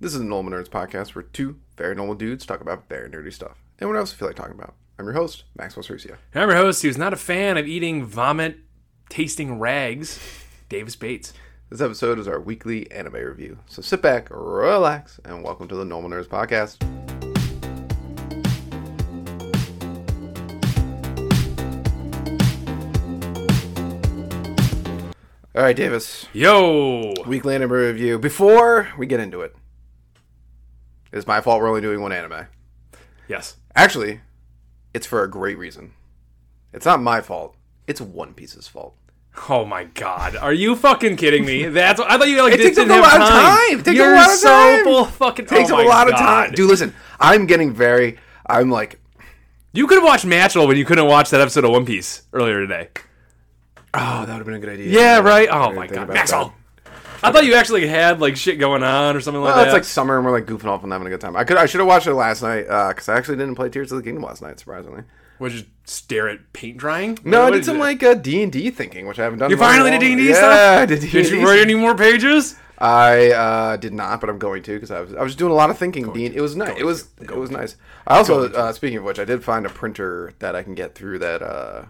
This is the Normal Nerds podcast where two very normal dudes talk about their nerdy stuff and what else they feel like talking about. I'm your host, Maxwell Cercia. And I'm your host, who's not a fan of eating vomit tasting rags, Davis Bates. This episode is our weekly anime review. So sit back, relax, and welcome to the Normal Nerds podcast. All right, Davis. Yo! Weekly anime review. Before we get into it, it's my fault we're only doing one anime. Yes. Actually, it's for a great reason. It's not my fault. It's One Piece's fault. Oh my god. Are you fucking kidding me? That's what, I thought you like It takes didn't a have lot of time. time. It takes a You're lot of so time. full fucking Takes oh a my lot of God. time. Dude, listen, I'm getting very. I'm like, You could have watched Matchel when you couldn't watch that episode of One Piece earlier today. oh, that would have been a good idea. Yeah, right? Oh my think god. about Maxwell. I thought you actually had like shit going on or something like Well, that. it's like summer and we're like goofing off and having a good time. I could, I should have watched it last night because I actually didn't play Tears of the Kingdom last night, surprisingly. Would you stare at paint drying? No, I What did some you- like uh, D and D thinking, which I haven't done. You in a long- finally did D&D yeah, stuff? I did D&D. Did you write any more pages? I uh, did not, but I'm going to because I was I was doing a lot of thinking. Dean, it was nice. It was it was nice. I also uh, speaking of which, I did find a printer that I can get through that uh,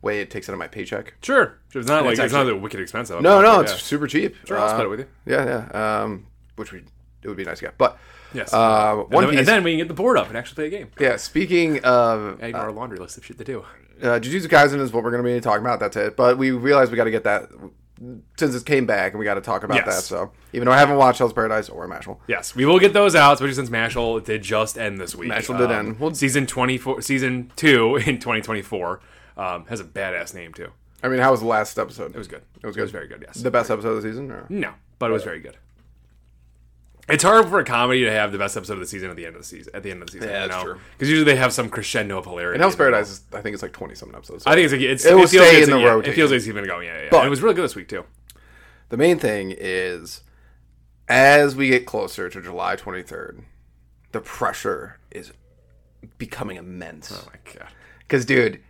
way it takes out of my paycheck. Sure. It's not like it's, actually- not that wicked expensive. No, no, Yeah. it's super cheap. Sure, I'll split it with you. Yeah, yeah. Um, which we it would be nice to get, but Yes. uh, one and, then, piece. and then we can get the board up and actually play a game. yeah, speaking of Add to our laundry list of shit to do. uh, Jujutsu Kaisen is what we're going to be talking about. That's it. But we realized we got to get that since it came back, and we got to talk about Yes. that. So even though I haven't watched Hell's Paradise or Mashal, Yes, we will get those out, especially since Mashal did just end this week. Um, Mashal did end. We'll- season twenty four, season two in twenty twenty four um, has a badass name too. It I mean, how was the last episode? It was good. It was It was good. very good. Yes. the best episode of the season. Or? no, but it was very good. It's hard for a comedy to have the best episode of the season at the end of the season. At the end of the season, Yeah, you that's know? true. Because usually they have some crescendo of hilarity. And Hell's in there. Paradise, is, I think it's like 20 something episodes. I think it's, it's It will feels like stay it's- in the yeah, It rotation. feels like it's even going. Yeah, yeah. yeah. But- And it was really good this week too. the main thing is as we get closer to July 23rd, the pressure is becoming immense. Oh my god. Because, dude,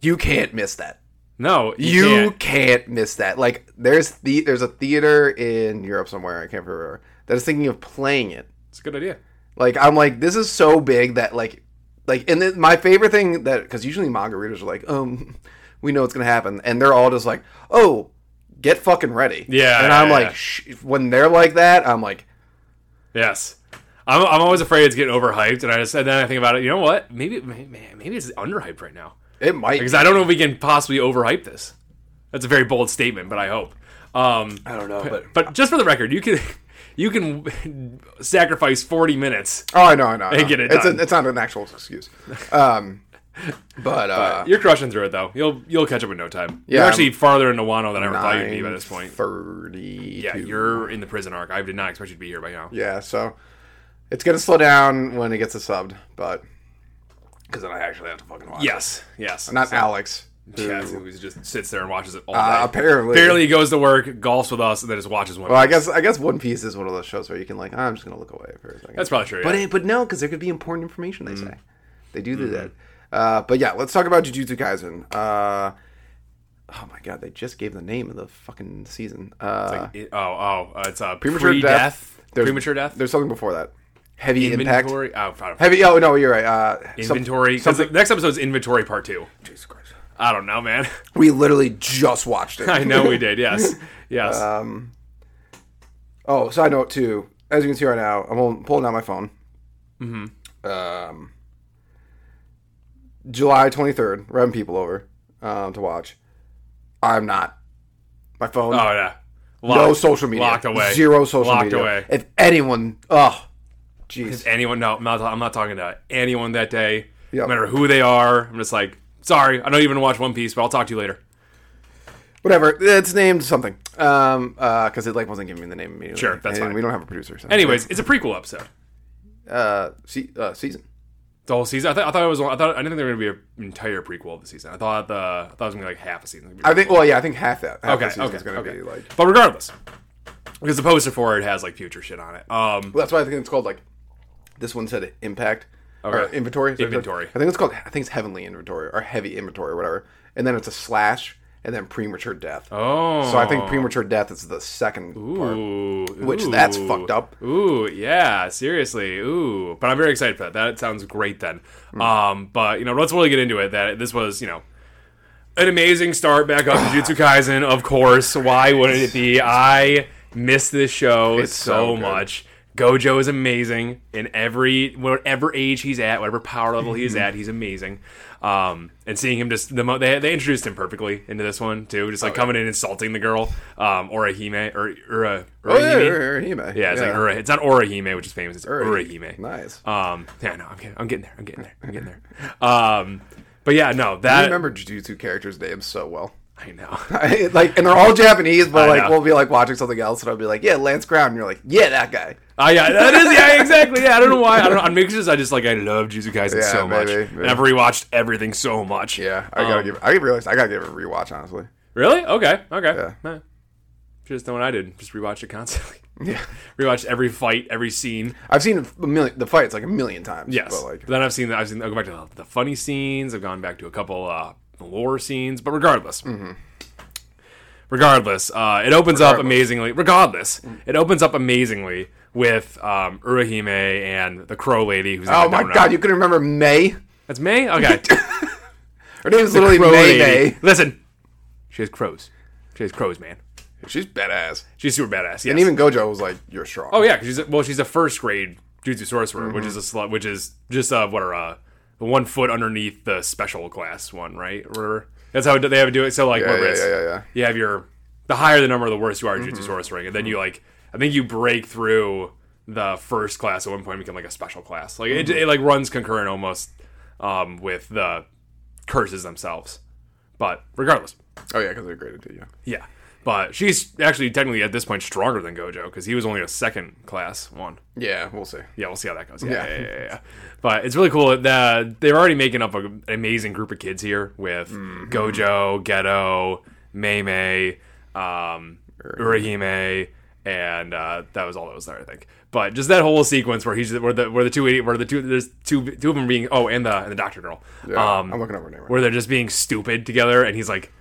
you can't miss that. No, You can't. can't. miss that. Like, there's the there's a theater in Europe somewhere, I can't remember, that is thinking of playing it. It's a good idea. Like I'm like this is so big that like like and then my favorite thing that because usually manga readers are like um we know it's gonna happen and they're all just like oh get fucking ready Yeah, and yeah, I'm yeah. like Shh. when they're like that I'm like Yes. I'm, I'm always afraid it's getting overhyped, and I just and then I think about it. You know what? Maybe may- man, maybe it's underhyped right now it might because I don't know if we can possibly overhype this. That's a very bold statement, but I hope. Um, I don't know Uh, but but just for the record, you can you can sacrifice 40 minutes. oh I know I know I know. get it it's done. A, it's not an actual excuse um but uh You're crushing through it though. You'll you'll catch up in no time. Yeah, you're I'm actually farther into Wano than I ever thought you'd be by this point. thirty Yeah, you're in the prison arc. I did not expect you to be here by now. yeah so it's gonna slow down when it gets a subbed but because then I actually have to fucking watch it. Yes, yes. not Alex who- yeah, who just sits there and watches it all Uh, day. apparently Barely goes to work, golfs with us, and then just watches one. Well, I guess I guess One Piece is one of those shows where you can like, "Ah, I'm just gonna look away for a second. That's probably true. but yeah. Mm. Mm-hmm. it, but no, because there could be important information. They say they do do that. Uh, but yeah, let's talk about Jujutsu Kaisen. Uh, oh my god, they just gave the name of the fucking season. Uh, It- oh, oh, uh, it's uh, Premature premature death. There's- Premature death. There's something before that. Heavy impact. Inventory. Oh, I don't know. Heavy. Oh no, you're right. Uh, some- inventory. 'cause the next episode's inventory part two. Jesus Christ. I don't know, man. We literally just watched it. I know we did. Yes, yes. Um, Oh, side note too. As you can see right now, I'm hol- pulling out my phone. Mm-hmm. Um, July 23rd, we're having people over um, to watch. I'm not. My phone, oh yeah. Locked, no social media, Locked away. zero social Locked media. away. If anyone, oh, jeez, Anyone? No, I'm not. I'm not talking to anyone that day. Yep. No matter who they are, I'm just like, sorry, I don't even watch One Piece, but I'll talk to you later. whatever. It's named something. Um, uh, because it like wasn't giving me the name immediately. Sure, that's and fine. We don't have a producer. So. Anyways, it's a prequel episode. uh, se- uh, season. The whole season. I, thought I thought it was. I thought I didn't think there were going to be an entire prequel of the season. I thought the. I thought it was going to be like half a season. I think. Well, yeah, I think half that. Half Okay, the season okay, is going to okay. be like. But regardless, because the poster for it has like future shit on it. Um, Well, that's why I think it's called like this one said impact or Okay. inventory. So it's like- Inventory. I think it's called. I think it's heavenly inventory or heavy inventory or whatever. And then it's a slash, and then premature death. Oh, So I think premature death is the second part. Ooh, Which, that's fucked up. Ooh, yeah, seriously. Ooh, but I'm very excited for that. That sounds great then. Hmm. Um, but you know, let's really get into it. That this was, you know, an amazing start back up to Jujutsu Kaisen. Of course, why wouldn't it be? I miss this show It's so so, good. much. Gojo is amazing in every whatever age he's at, whatever power level he's Mm-hmm. at, he's amazing. Um, and seeing him just the mo- they, they introduced him perfectly into this one too, just Oh, like coming in insulting the girl, um, or a hime or or a Oh, yeah, Urahime? Urahime. Yeah, it's like Ura, it's not Orihime, which is famous. It's Urahime. Nice. Um, yeah, no, I'm getting, I'm getting there. I'm getting there. I'm getting there. Um, but yeah, no, I that remember Jujutsu characters' names so well. I know. like, and they're all Japanese, but I like know. we'll be like watching something else, and I'll be like, "Yeah, Lance Crown," and you're like, "Yeah, that guy." Oh yeah, that is yeah, exactly. Yeah, I don't know why. I don't know. On mixes, I just like I love Jujutsu Kaisen Yeah, so much. maybe, And I've rewatched everything so much. Yeah, I gotta Um, give. I realized I gotta give it a rewatch. Honestly, Really? Okay. Okay. Yeah. Huh. Just know what I did. Just rewatched it constantly. yeah, rewatched every fight, every scene. I've seen a million, the fights like a million times. Yes. but like, then I've seen. I've seen. I go back to the, the funny scenes. I've gone back to a couple uh, lore scenes. But regardless. Regardless, uh, it opens up Mm-hmm. Regardless. amazingly. Regardless, it opens up amazingly with um, Urahime and the Crow Lady. Who's in oh the my donut. god, you can remember May? that's May. Okay, Her name's literally Crow May lady. May. Listen, she has crows. She has crows, man. She's badass. She's super badass. Yes. And even Gojo was like, "You're strong." oh yeah, 'cause she's a, well, she's a first grade jutsu sorcerer, which is a Mm-hmm. slut, which is just uh, what are uh, the one foot underneath the special class one, right? Or that's how they have to do it. So like, yeah, whatever yeah, it's- yeah, yeah, Mm-hmm. yeah. you have your the higher the number, the worse you are at jutsu sorcering, and then you like I think you break through the first class at one point, and become like a special class. Like Mm-hmm. it, it like runs concurrent almost um, with the curses themselves. But regardless, Oh yeah, because they're great at it, yeah. yeah, but she's actually technically at this point stronger than Gojo because he was only a second class one. Yeah, we'll see. Yeah, we'll see how that goes. Yeah, Yeah. yeah, yeah. yeah, yeah. But it's really cool that they're already making up a, an amazing group of kids here with Mm-hmm. Gojo, Ghetto, Maymay, um, Urahime, and uh, that was all that was there, I think. But just that whole sequence where he's where the where the two where the two there's two two of them being oh and the and the doctor girl. um, Yeah, I'm looking up her name right Where they're just being stupid together, and he's like.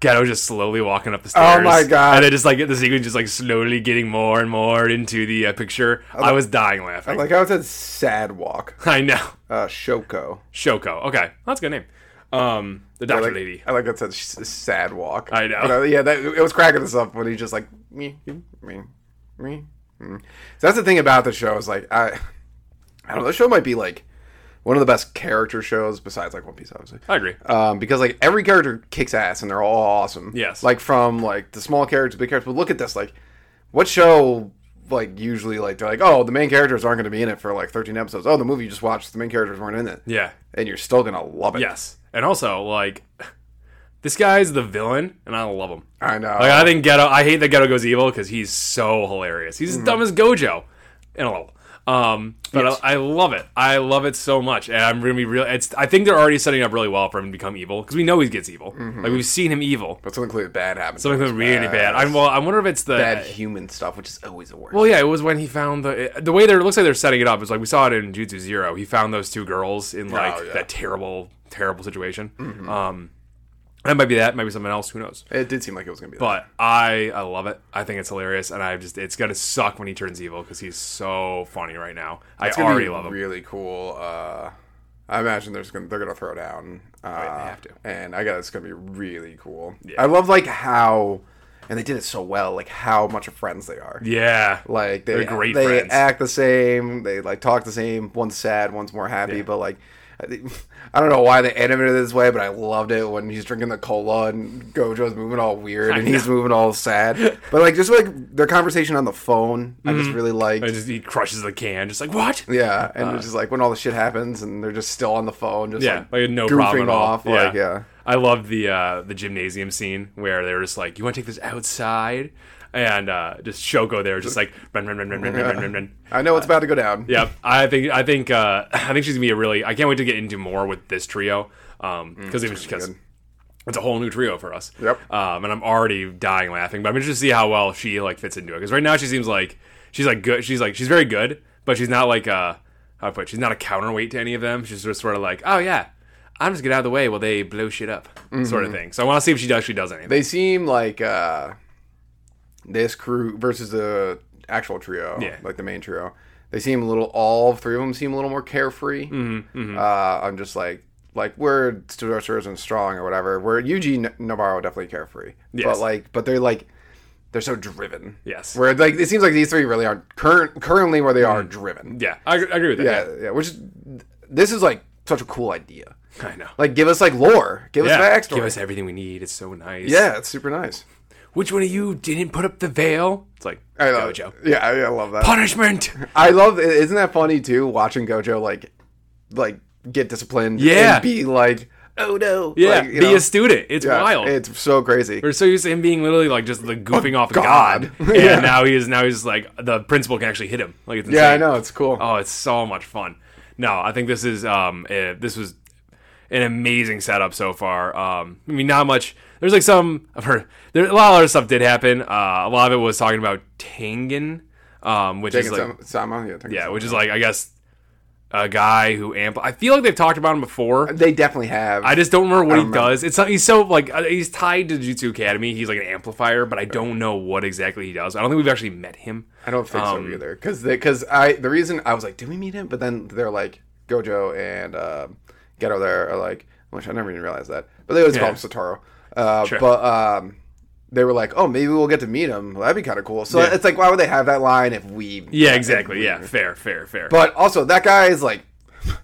Ghetto just slowly walking up the stairs. Oh my God. And then just like the sequence, just like slowly getting more and more into the uh, picture. I was dying laughing. Like I said, sad walk. I know. Uh, Shoko. Shoko. Okay. That's a good name. Um, the doctor like, lady. I like that said s- sad walk. I know. But, uh, yeah, that, it was cracking us up when he just like me, me, me. mm. So that's the thing about the show is like I, I don't know. The show might be like one of the best character shows besides like One Piece, obviously. I agree. Um, because like every character kicks ass and they're all awesome. Yes. Like from like the small characters, to big characters. But look at this, like what show like usually like they're like, oh, the main characters aren't going to be in it for like 13 episodes. Oh, the movie you just watched, the main characters weren't in it, Yeah. and you're still gonna love it. Yes. And also, like, this guy's the villain, and I love him. I know. Like, I think Ghetto, I hate that Ghetto goes evil because he's so hilarious. He's Mm-hmm. as dumb as Gojo in a level. Um, but I, I love it. I love it so much, and I'm gonna be real. It's I think they're already setting up really well for him to become evil because we know he gets evil. Mm-hmm. Like we've seen him evil. But something clearly bad happened. Something really bad. I'm well. I wonder if it's the bad human stuff, which is always the worst. Well, yeah, it was when he found the the way they're looks like they're setting it up is like we saw it in Jutsu Zero. He found those two girls in like Oh, yeah. Mm-hmm. that terrible, terrible situation. Um, that might be that, might be something else. Who knows? it did seem like it was gonna be. But I I love it. I think it's hilarious, and I just it's gonna suck when he turns evil because he's so funny right now. I gonna already be love him. Really cool. Uh, I imagine there's gonna they're gonna throw down. Uh, Oh, they have to. And I guess it's gonna be really cool. I love like how, and they did it so well. Like how much of friends they are. yeah, Like they, They're great they friends. act the same. They like talk the same. One's sad, one's more happy. But like, I think- I don't know why they animated it this way, but I loved it when he's drinking the cola and Gojo's moving all weird and he's moving all sad. But like, just like their conversation on the phone, I Mm-hmm. just really liked. and just he crushes the can, just like what? yeah, and it's just like when all the shit happens and they're just still on the phone, just Uh, Yeah, like, like no goofing problem at all. off. Like, yeah. I love the uh, the gymnasium scene where they were just like, "You want to take this outside?" And uh, just Shoko there, just like run, run, run, run, run, run, run, run. I know it's about to go down. Uh, Yeah, I think I think uh, I think she's gonna be a really. I can't wait to get into more with this trio um, because Mm, even because it's a whole new trio for us. Yep. Um, and I'm already dying laughing, but I'm interested to see how well she like fits into it because right now she seems like she's like good. She's like she's very good, but she's not like uh how do I put. it? She's not a counterweight to any of them. She's just sort of like, oh yeah, I'm just gonna get out of the way while they blow shit up, sort Mm-hmm. of thing. So I want to see if she actually does anything. They seem like uh, this crew versus the actual trio, Yeah. like the main trio. They seem a little. All three of them seem a little more carefree. Mm-hmm, Uh, I'm just like, like we're stressors and strong or whatever. Where Yuji Navarro definitely carefree, Yes. but like, but they're like, they're so driven. Yes. Where like it seems like these three really aren't current currently where they are driven. Mm-hmm. yeah, I, I agree with that. Yeah, yeah. Which is, this is like such a cool idea. yeah. I know. Like, give us like lore. Give Yeah, us backstory. give us everything we need. It's so nice. yeah, it's super nice. Which one of you didn't put up the veil? It's like I love Gojo. Yeah, I, I love that. Punishment. I love. Isn't that funny too? Watching Gojo like, like get disciplined. Yeah. And be like, oh no. Yeah, Like, you be know, a student. It's yeah, wild. It's so crazy. We're so used to him being literally like just the goofing off God. God, Yeah. and now he is now he's like the principal can actually hit him. Like it's insane. Yeah, I know. It's cool. Oh, it's so much fun. No, I think this is um eh, this was an amazing setup so far. Um, I mean, not much. There's like some I've heard there a lot of other stuff did happen. Uh, a lot of it was talking about Tengen, um, which is Taking like some- Sama, yeah, taking yeah, some- which is like I guess a guy who ampl. I feel like they've talked about him before. they definitely have. I just don't remember what he don't remember. does. It's he's so like uh, he's tied to Jutsu Academy. He's like an amplifier, but I don't know what exactly he does. I don't think we've actually met him. I don't think so either. Because because I the reason I was like, did we meet him? But then they're like Gojo and uh, Geto there are like, which I never even realized that. But they always call him Satoru. Uh, But um, they were like, oh, maybe we'll get to meet him. Well, that'd be kind of cool. So it's like, why would they have that line if we? Yeah, exactly. Yeah, fair, fair, fair. But also that guy is like.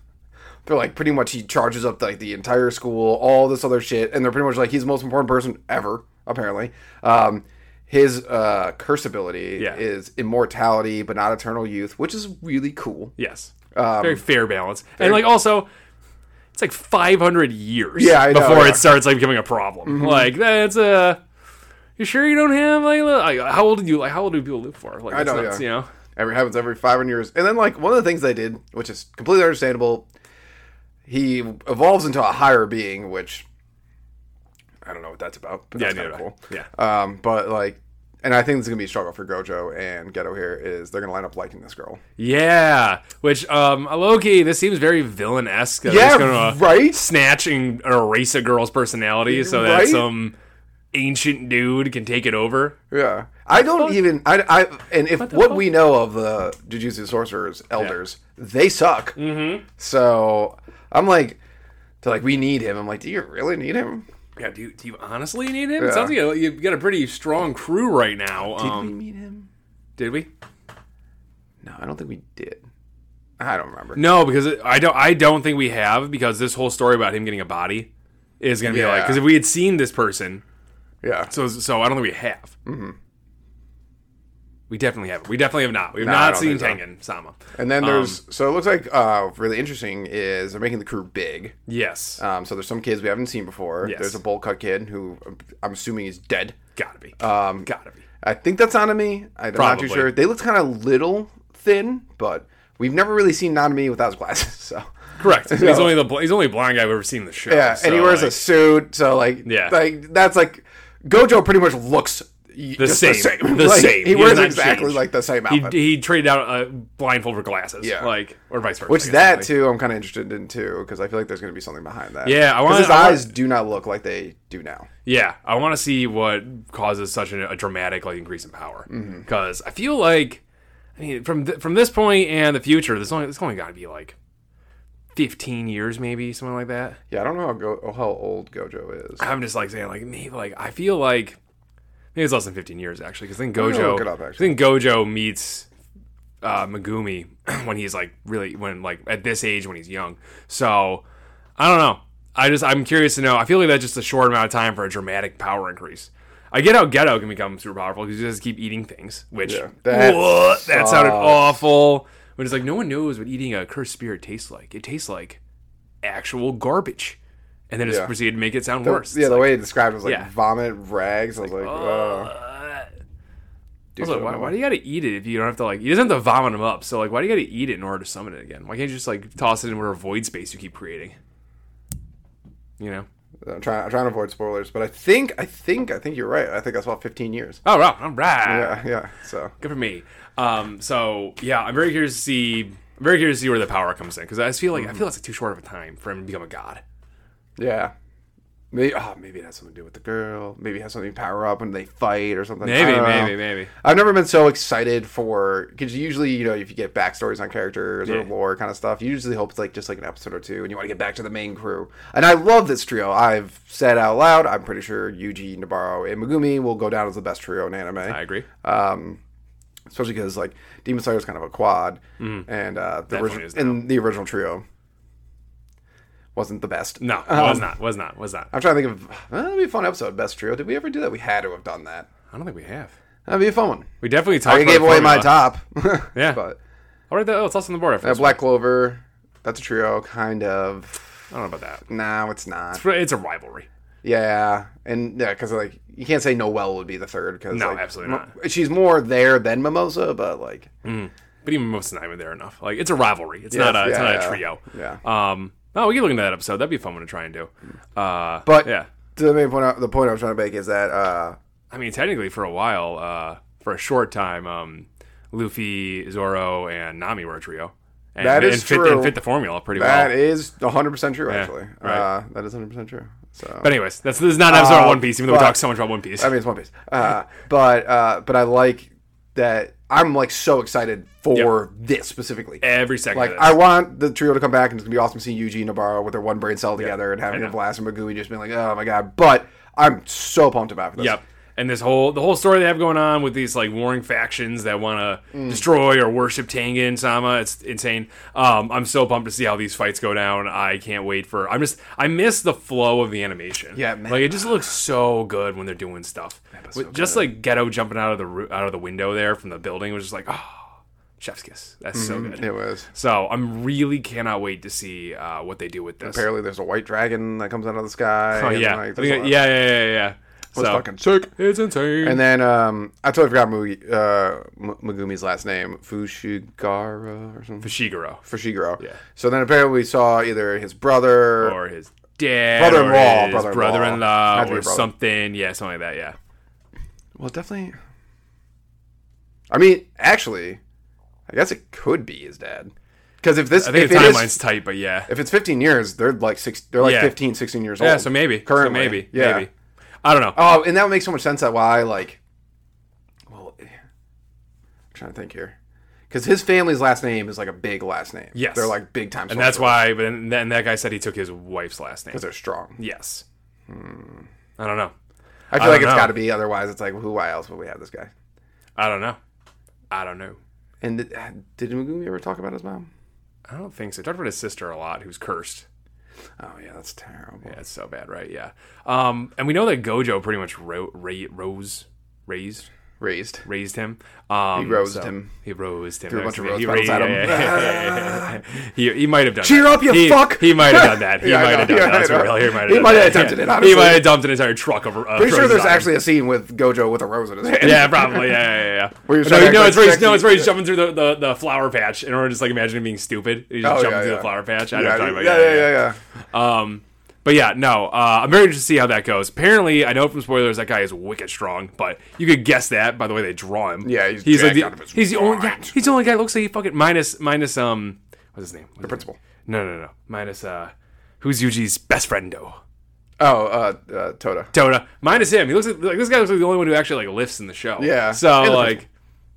They're like pretty much he charges up like the entire school, all this other shit, and they're pretty much like he's the most important person ever. Apparently, um, his uh, curse ability Yeah. is immortality, but not eternal youth, which is really cool. yes, um, very fair balance, and like also. It's like 500 years Yeah, I know, before yeah. Mm-hmm. it starts like becoming a problem. Like that's a. You sure you don't have like, like how old do you like how old do people live for? Like I know, nuts, yeah. you know. Every happens every five hundred years, and then like one of the things they did, which is completely understandable, he evolves into a higher being, which I don't know what that's about, but that's yeah, kind no, of cool. yeah. Um, but like, and I think it's gonna be a struggle for Gojo and Ghetto here is they're gonna line up liking this girl. Yeah, which um, Loki. This seems very villain esque. Yeah, uh, right? Snatch and erase a girl's personality so Right? that some ancient dude can take it over. Yeah, I don't even I, I and if what, fuck? we know of the Jujutsu sorcerers elders, they suck. Mm-hmm. So I'm like, they're like, we need him. I'm like, do you really need him? Yeah, do you, do you honestly need him? It sounds like you- you've got a pretty strong crew right now. Did Um, we meet him? did we? No, I don't think we did. I don't remember. No, because it- I don't. I don't think we have because this whole story about him getting a body is going to be like Yeah. because if we had seen this person, Yeah, so so I don't think we have. Mm-hmm. We definitely have. We definitely have not. We have No, I not don't seen think Tengen Sama. and then there's so it looks like uh really interesting is they're making the crew big. Yes, Um, so there's some kids we haven't seen before. Yes. There's a bowl cut kid who I'm assuming is dead. gotta be. Um, Gotta be. I think that's Anami. I'm not too Probably. sure. They look kind of little thin, but we've never really seen Anami without his glasses. So Correct. He's only the bl- he's only blind guy I've ever seen in the show. yeah, so, and he wears a like, suit. So like, Yeah. like that's like Gojo pretty much looks the same. The same. The Like, same. He He wears has not exactly changed. like the same he, outfit. he traded out a blindfold for glasses. Yeah. like or vice versa. which I guess, that like- too, I'm kind of interested in too, because I feel like there's going to be something behind that. Yeah, I 'Cause wanna- his I wanna- eyes do not look like they do now. Yeah, I want to see what causes such a, a dramatic like increase in power Mm-hmm. because I feel like I mean from th- from this point and the future, this only it's only got to be like fifteen years maybe something like that. Yeah, I don't know how, Go- how old Gojo is. I'm just like saying like maybe like I feel like maybe it's less than 15 years actually because then gonna Gojo look it up, I actually. think Gojo meets uh, Megumi when he's like really when like at this age when he's young. So I don't know. I just I'm curious to know. I feel like that's just a short amount of time for a dramatic power increase. I get how Ghetto can become super powerful because he just keep eating things, which that what? that sounded sucks. awful. But it's like no one knows what eating a cursed spirit tastes like. It tastes like actual garbage, and then just Yeah. proceeded to make it sound worse. yeah, the way it described it was like Yeah. vomit rags. I was like, oh, Uh, dude, also, why, why do you gotta eat it if you don't have to like? You doesn't have to vomit them up. So like, why do you gotta eat it in order to summon it again? Why can't you just like toss it in whatever void space you keep creating? You know. I'm trying, I'm trying to avoid spoilers, but I think, I think, I think you're right. I think that's about 15 years. Oh wow! All right. Yeah, yeah. So Good for me. Um. So yeah, I'm very curious to see. I'm very curious to see where the power comes in because I just feel like I feel that's like too short of a time for him to become a god. Yeah. Maybe, oh, maybe it has something to do with the girl. Maybe it has something to power up when they fight or something. I Maybe, don't know. maybe, maybe. I've never been so excited for because usually you know if you get backstories on characters or Yeah. lore kind of stuff, you usually hope it's like just like an episode or two, and you want to get back to the main crew. And I love this trio. I've said out loud, I'm pretty sure Yuji, Nabarro, and Megumi will go down as the best trio in anime I agree. especially because like Demon Slayer is kind of a quad, and uh, the Mm-hmm. Definitely original is now. and the original trio wasn't the best. No, was not, was not, was not. I'm trying to think of uh, that'd be a fun episode. Best trio? Did we ever do that? We had to have done that. I don't think we have. That'd be a fun one. We definitely talked. I about gave the away my formula. top. Yeah. but All right, though. oh, It's also on the board. after uh, this. Black Clover, that's a trio, kind of. I don't know about that. No, it's not. It's- It's a rivalry. Yeah, and yeah, because like you can't say Noelle would be the third. Cause, No, like, absolutely Mo- She's more there than Mimosa, but like But even most of them are there enough. Like it's a rivalry. It's not a. it's yeah, not yeah. a trio. Yeah. Um. No, we can look into that episode. That'd be a fun one to try and do. Uh. But- yeah. the main point. I- The point I was trying to make is that uh, I mean, technically, for a while, uh, for a short time, um, Luffy, Zoro, and Nami were a trio. And, That and is fit, true. And fit the formula pretty That well. is 100% true, actually. right. Uh, that is 100% true. So, But anyways, that's this is not an episode Uh, of One Piece, even though but- we talk so much about One Piece. I mean, it's One Piece. Uh, but, uh, but I like that. I'm like so excited for this specifically. Every second. Like, of this. I want the trio to come back, and it's gonna be awesome seeing Yuji and Nabarro with their one brain cell together and having a blast, and Magui just being like, "Oh my god!" But I'm so pumped about this. Yep. And this whole the whole story they have going on with these like warring factions that want to Mm. destroy or worship Tengen Sama, it's insane. Um, I'm so pumped to see how these fights go down. I can't wait for. I'm just I miss the flow of the animation. Yeah, man. Like it just looks so good when they're doing stuff. With- just like Ghetto jumping out of the roo- out of the window there from the building was just like oh, chef's kiss. That's so good. It was. So I'm really cannot wait to see uh, what they do with this. Apparently, there's a white dragon that comes out of the sky. Oh, and, yeah. like, I think- there's a lot- yeah, yeah, yeah, yeah. it's so fucking sick. it's insane. And then um, I totally forgot Mugi, uh, M- Megumi's last name, Fushigara or something. Fushiguro. Fushiguro. Yeah. So then apparently we saw either his brother. or his dad, Brother-in-law, or his brother-in-law. brother-in-law, Had to be or a brother. something. Yeah, something like that. Yeah, well, definitely. I mean, actually, I guess it could be his dad. Because if this, I think if the it is- timeline's tight, but yeah, if it's 15 years, they're like six, they're like Yeah. 15, 16 years old. yeah. So maybe, Currently, so maybe, yeah. maybe. I don't know. Oh, and that would make so much sense that why, like, well, eh, I'm trying to think here. Because his family's last name is like a big last name. Yes. They're like big time. and that's why. But then, then that guy said he took his wife's last name. Because they're strong. Yes. Hmm. I don't know. I feel I like don't it's know. got to be. Otherwise, it's like, who? Why else would we have this guy? I don't know. I don't know. And did, did Megumi ever talk about his mom? I don't think so. Talked about his sister a lot, who's cursed. Oh yeah, that's terrible. That's so bad, right? Yeah. Um, and we know that Gojo pretty much ro- ra- rose, raised, Raised. raised him. Um, he rosed him. He rosed him. a bunch of He rose petals ra- at him. yeah, yeah, yeah, yeah. he, he might have done. Cheer that. up, you he, fuck! He might have done that. He Yeah, I might know. have done Yeah, that. I That's know. real. He might have, He done might have that. attempted it, Yeah. He honestly. might have dumped an entire truck of. Uh, Pretty sure roses there's on him. actually a scene with Gojo with a rose in his hand. Yeah, probably. Yeah, yeah, yeah. Where you're no, trying to no, act it's like where he's, no, sexy- it's where he's jumping through the, the, the flower patch, and we're just like imagining being stupid. He's just Oh, jumping yeah, through yeah. the flower patch. I know Yeah, what yeah, you're talking about. yeah, yeah, yeah. Um, but yeah, no, uh, I'm very interested to see how that goes. Apparently, I know from spoilers that guy is wicked strong, but you could guess that by the way they draw him. Yeah, he's like jacked the, out of his he's the only yeah, mind. he's the only guy that looks like he fucking minus minus um what's his name the principal. No, no, no, minus uh who's Yuji's best friend though. Oh, uh, uh, Toda. Toda minus him. He looks like, like this guy looks like the only one who actually like lifts in the show. Yeah, So and the like,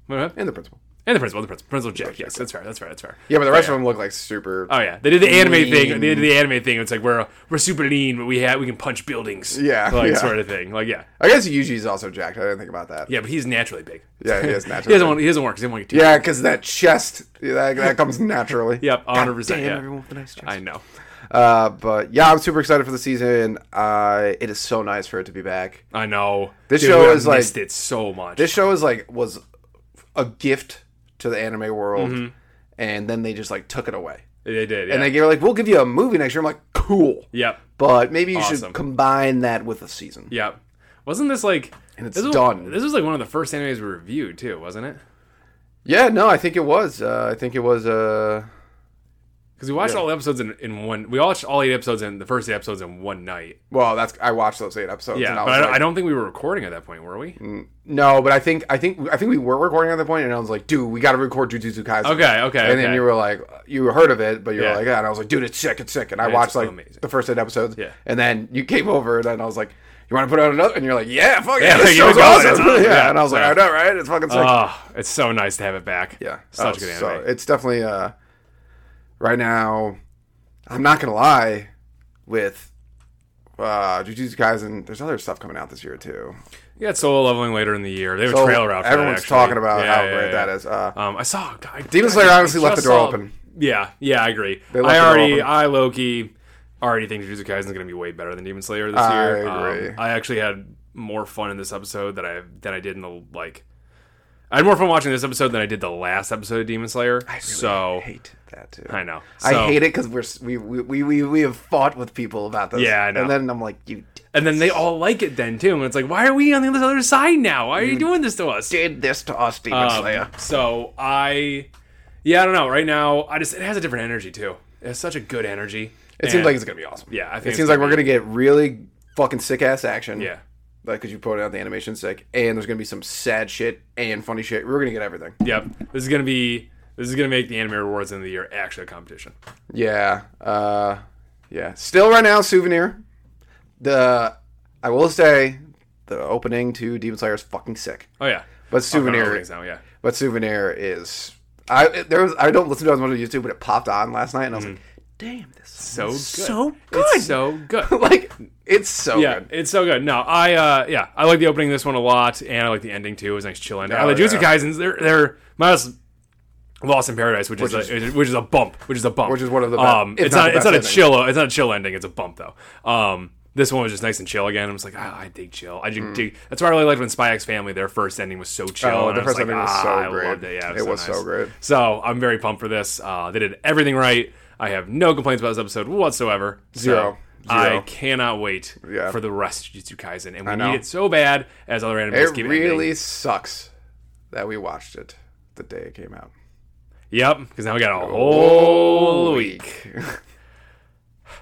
what? And the principal. and the principal, the principal, principal Jack. Yes, that's fair. That's fair. That's fair. Yeah, but the rest of them look like super. Oh yeah, they did the anime Lean. thing. They did the anime thing. It's like we're we're super lean, but we have we can punch buildings. Yeah, like yeah. sort of thing. Like yeah, I guess Yuji's also jacked. I didn't think about that. yeah. But he's naturally big. Yeah, he is He naturally doesn't big. want. He doesn't work. 'cause He doesn't want to get too. Yeah, because that chest that, that comes naturally. Yep, hundred percent. Damn, Yeah, everyone with a nice chest. I know. Uh, but yeah, I'm super excited for the season. Uh, it is so nice for it to be back. I know. This Dude, show I is, like- missed it so much. This show is like was a gift to the anime world, and then they just like took it away. they did. Mm-hmm. And Yeah. they were like, "We'll give you a movie next year." I'm like, "Cool." yep. But maybe you should Awesome. combine that with a season. Yep. Wasn't this like? And it's this was, done. This was like one of the first animes we reviewed too, wasn't it? Yeah, no, I think it was. Uh, I think it was. Uh, Because we watched all the episodes in, in one. We watched all eight episodes in the first eight episodes in one night. Well, that's I watched those eight episodes. Yeah, and I but I, was don't- like, Mm. I don't think we were recording at that point, were we? no, but I think I think I think we were recording at that point, and I was like, dude, we got to record Jujutsu Kaisen. Okay, okay, And then okay. you were like, you heard of it, but you were Yeah. like, yeah. And I was like, dude, it's sick, it's sick. And I it's watched like amazing. the first eight episodes. Yeah. And then you came over, and then I was like, you want to put out another? And you're like, yeah, fuck yeah, Yeah, this you show's go, awesome. it's yeah. awesome. Yeah, And I was like, so- I know, right? It's fucking sick. Ah, it's so nice to have it back. Yeah. such Oh, a good anime. so it's definitely uh right now I'm not gonna lie with uh Jujutsu Kaisen, there's other stuff coming out this year too. You got solo leveling later in the year. They have So a trailer out. For everyone's that, actually. talking about Yeah, how yeah, great yeah. that is. Uh Um, I saw. I, Demon I- Slayer I honestly left just the door saw- open. Yeah, yeah, I agree. They left I the door already, open. I Loki, already think Jujutsu Kaisen is going to be way better than Demon Slayer this I year. agree. Um, I actually had more fun in this episode that I than I did in the like. I had more fun watching this episode than I did the last episode of Demon Slayer. so I hate that too. I know. So- I hate it because we're s- we, we we we we have fought with people about this. Yeah, I know. and then I'm like, you And then they all like it then too, and it's like, why are we on the other side now? Why are you doing this to us? did this to us, Demon Um, Mm. Slayer. so I, yeah, I don't know. Right now, I just it has a different energy too. It has such a good energy. It seems like it's gonna be awesome. yeah. I think it it's seems like gonna we're gonna get really fucking sick ass action. be- yeah, like because you pointed out the animation's sick, and there's gonna be some sad shit and funny shit. We're gonna get everything. yep. This is gonna be this is gonna make the anime awards in the year actually a competition. Yeah, uh, yeah. Still right now, souvenir. The I will say the opening to Demon Slayer is fucking sick, Oh yeah, but Fucking souvenir, openings now, yeah. but souvenir is. I it- there was I don't listen to it as much on YouTube, but it popped on last night, and I was like, "Damn, this is Mm. So good. so It's good!" so good. like it's so Yeah, good. it's so good. No, I uh yeah, I like the opening of this one a lot, and I like the ending too. It was a nice chill ending. I like Oh, yeah. Jujutsu Kaisen's. They're they're minus Lost in Paradise, which, is, a, which is a bump, which is a bump, Which is one of the be- um. if It's not not, the it's best not a ending. chill. It's not a chill ending. It's a bump though. Um, this one was just nice and chill again. I was like, ah, I dig chill. I dig, dig- That's why I really liked when Spy X Family their first ending was so chill. Mm. Oh, and the I first like, ending was so ah, I great. loved it. Yeah, it was, It so, was so nice. great. So I'm very pumped for this. Uh, they did everything right. I have no complaints about this episode whatsoever. So Zero. Zero. I cannot wait Yeah. for the rest of Jujutsu Kaisen, and we know. need it so bad as other animes It keep really ending. sucks that we watched it the day it came out. Yep, because now we got a whole week.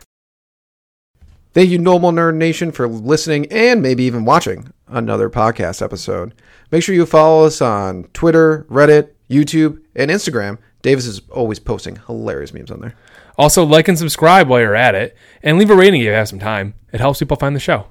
Thank you, Normal Nerd Nation, for listening and maybe even watching another podcast episode. Make sure you follow us on Twitter, Reddit, YouTube, and Instagram. Davis is always posting hilarious memes on there. Also, like and subscribe while you're at it, and leave a rating if you have some time. It helps people find the show.